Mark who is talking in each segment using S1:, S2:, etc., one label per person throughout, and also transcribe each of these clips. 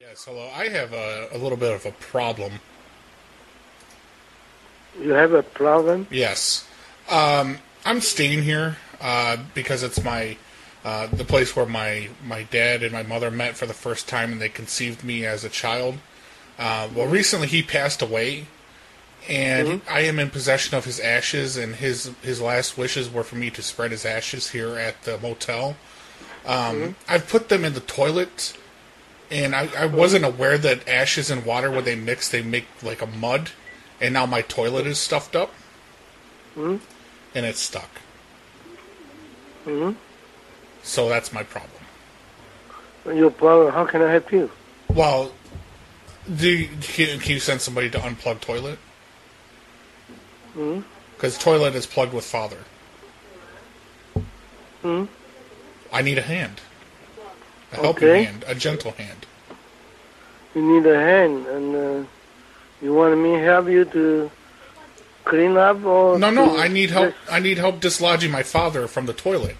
S1: Yes, hello. I have a, a little bit of a problem.
S2: You have a problem?
S1: Yes. Um, I'm staying here uh, because it's my uh, the place where my my dad and my mother met for the first time, and they conceived me as a child. Uh, well, recently he passed away, and I am in possession of his ashes. And his his last wishes were for me to spread his ashes here at the motel. Um, I've put them in the toilet, and I, I wasn't aware that ashes and water, when they mix, they make like a mud. And now my toilet is stuffed up, and it's stuck. So that's my problem.
S2: Your problem? How can I help you?
S1: Well, do you, can, can you send somebody to unplug toilet? Because toilet is plugged with father. I need a hand, a helping
S2: Okay.
S1: hand, a gentle hand.
S2: You need a hand, and uh, you want me to help you to clean up or?
S1: No, no,
S2: to
S1: I need help.
S2: just-
S1: I need help dislodging my father from the toilet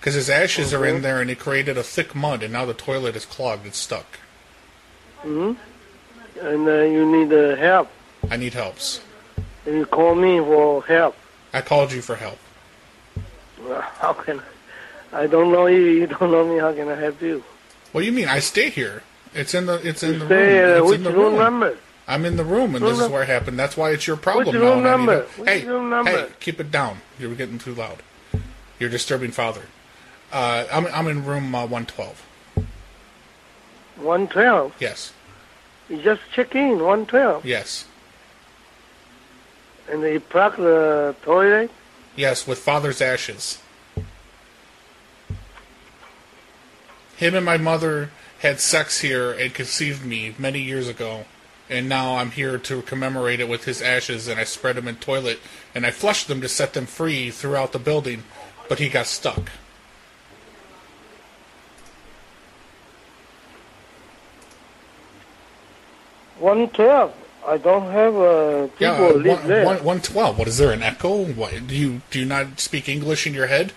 S1: because his ashes are in there, and it created a thick mud, and now the toilet is clogged. It's stuck.
S2: And uh, you need uh, help.
S1: I need helps.
S2: And you call me for help.
S1: I called you for help.
S2: Well, How can I? I don't know you. You don't know me. How can I help you?
S1: What do you mean? I stay here. It's in the. It's in the
S2: Say
S1: room.
S2: uh,
S1: It's
S2: which
S1: in the
S2: room number?
S1: I'm in the room, and this is where it happened. That's why it's your problem.
S2: What's
S1: now,
S2: room
S1: and I need
S2: number?
S1: to-
S2: What's
S1: Hey,
S2: room number?
S1: hey, keep it down. You're getting too loud. You're disturbing father. Uh, I'm I'm in room uh, 112.
S2: One twelve.
S1: Yes,
S2: You just check in. One twelve.
S1: yes,
S2: And you plug the toilet.
S1: yes. With father's ashes. Him and my mother had sex here and conceived me many years ago, and now I'm here to commemorate it with his ashes. And I spread them in toilet, and I flushed them to set them free throughout the building, but he got stuck.
S2: One twelve. I don't have uh, people
S1: Yeah,
S2: live there.
S1: one, one, 112. What is there an echo? What, do you do you not speak English in your head?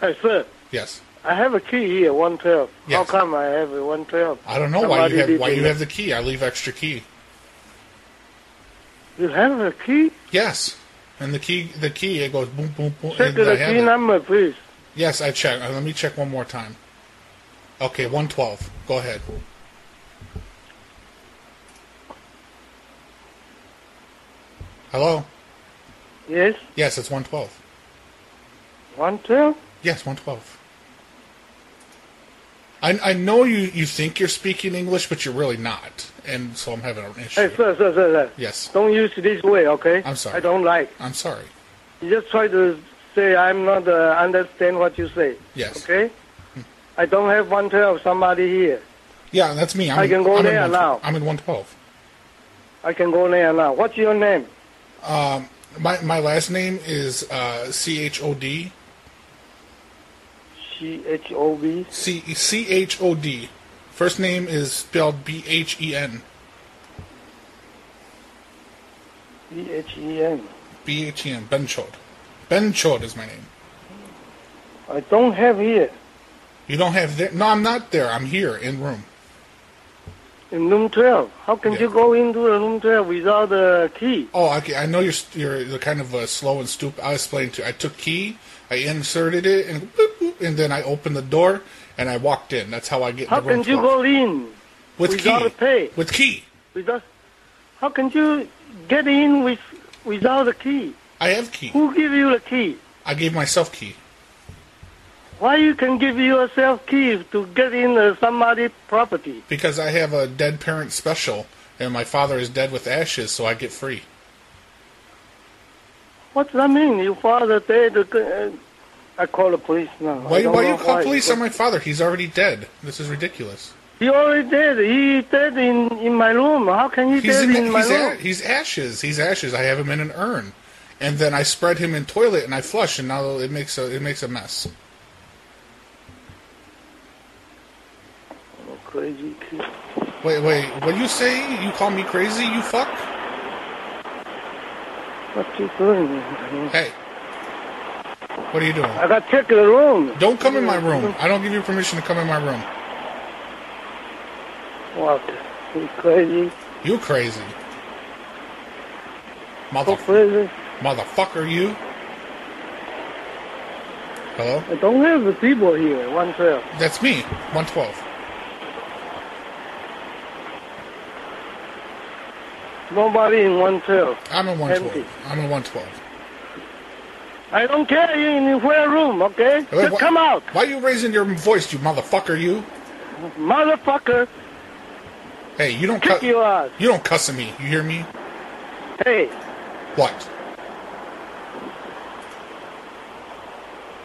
S2: Hey, sir,
S1: Yes.
S2: I have a key here, 112. How
S1: Yes.
S2: come I have a 112?
S1: I don't know why
S2: Somebody
S1: you have
S2: did
S1: why
S2: it.
S1: you have the key. I leave extra key.
S2: You have a key?
S1: Yes. And the key the key it goes boom boom boom.
S2: Check
S1: and I
S2: the
S1: have
S2: key
S1: it.
S2: number, please.
S1: Yes, I check. Uh, Let me check one more time. Okay, 112. Go ahead. Hello.
S2: Yes,
S1: Yes, it's 112.
S2: 112?
S1: Yes, 112. I, I know you, you think you're speaking English, but you're really not. And so I'm having an issue.
S2: Hey, sir, sir, sir, sir.
S1: Yes,
S2: Don't use this way, okay?
S1: I'm sorry.
S2: I don't like.
S1: I'm sorry.
S2: You just try to say I'm not uh, understand what you say,
S1: Yes.
S2: okay? I don't have 112, somebody here.
S1: Yeah, that's me. I'm
S2: I
S1: in-
S2: can go
S1: I'm in
S2: there
S1: 112
S2: now.
S1: I'm in 112.
S2: I can go there now. What's your name?
S1: Um, my, my last name is uh, C H O D.
S2: C-H-O-B?
S1: C C H O D. First name is spelled B H E N.
S2: B-H-E-N.
S1: B H E N. Benchod. Benchod is my name.
S2: I don't have here.
S1: You don't have there? No, I'm not there. I'm here in room.
S2: In room 12. How can
S1: Yeah.
S2: you go into the room 12 without a key?
S1: Oh, okay. I know you're you're the kind of uh, slow and stupid. I was playing too. I took key, I inserted it, and boop, boop, and then I opened the door and I walked in. That's how I get. in
S2: How
S1: the room
S2: can you
S1: floor.
S2: go in
S1: with
S2: without
S1: key?
S2: a pay?
S1: With key.
S2: Without, how can you get in with without a key?
S1: I have key.
S2: Who give you a key?
S1: I gave myself key
S2: Why you can give yourself key to get in uh, somebody property?
S1: because I have a dead parent special, and my father is dead with ashes, so I get free.
S2: What's that mean? Your father dead. Uh, I call the police now. I
S1: Why?
S2: don't
S1: Why you
S2: know
S1: call
S2: why.
S1: police on my father? He's already dead. This is ridiculous.
S2: He already dead. He dead in, in my room. How can he
S1: He's
S2: dead
S1: in,
S2: in, my
S1: he's, a,
S2: room?
S1: he's ashes. He's ashes. I have him in an urn, and then I spread him in toilet and I flush, and now it makes a it makes a mess.
S2: Oh, crazy kid.
S1: Wait, wait. What do you say? You call me crazy? You fuck?
S2: What you doing?
S1: Hey, what are you doing?
S2: I got check the room.
S1: Don't come in my room. I don't give you permission to come in my room.
S2: What? You crazy?
S1: You crazy.
S2: So
S1: Mother,
S2: crazy?
S1: motherfucker, you. Hello?
S2: I don't have the people here. One twelve.
S1: That's me, 112.
S2: Nobody in one twelve.
S1: I'm in 112.
S2: Empty.
S1: I'm in 112.
S2: I don't care. You're in the where room, okay?
S1: Wait,
S2: Just
S1: what-
S2: come out,
S1: Why you raising your voice, you motherfucker, you?
S2: motherfucker.
S1: Hey, you don't
S2: Kick
S1: cuss.
S2: your ass.
S1: You don't cuss at me. You hear me?
S2: Hey,
S1: What?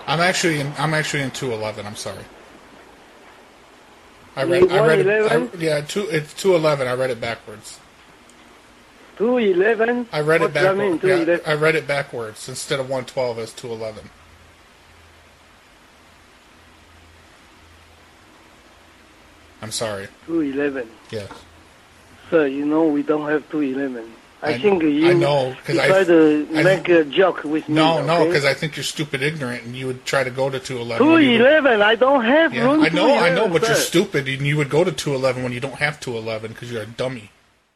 S1: I'm actually in, I'm actually in 211. I'm sorry. I read I read it. I,
S2: 111?
S1: yeah, two it's 211. I read it backwards.
S2: two eleven.
S1: I read it
S2: What does that mean?
S1: backwards.
S2: Two
S1: Yeah,
S2: eleven.
S1: I read it backwards. Instead of 112, it's 211. I'm sorry.
S2: Two eleven.
S1: Yes.
S2: Sir, you know we don't have two eleven. I,
S1: I-
S2: think you,
S1: I know, 'cause
S2: you
S1: I-
S2: try to
S1: I-
S2: make a joke with me.
S1: No, no,
S2: okay?
S1: because I think you're stupid ignorant and you would try to go to 211.
S2: Two
S1: when you-
S2: eleven. I don't have
S1: Yeah,
S2: room.
S1: I know, I
S2: 211,
S1: know, but you're
S2: sir.
S1: stupid and you would go to 211 when you don't have 211 because you're a dummy.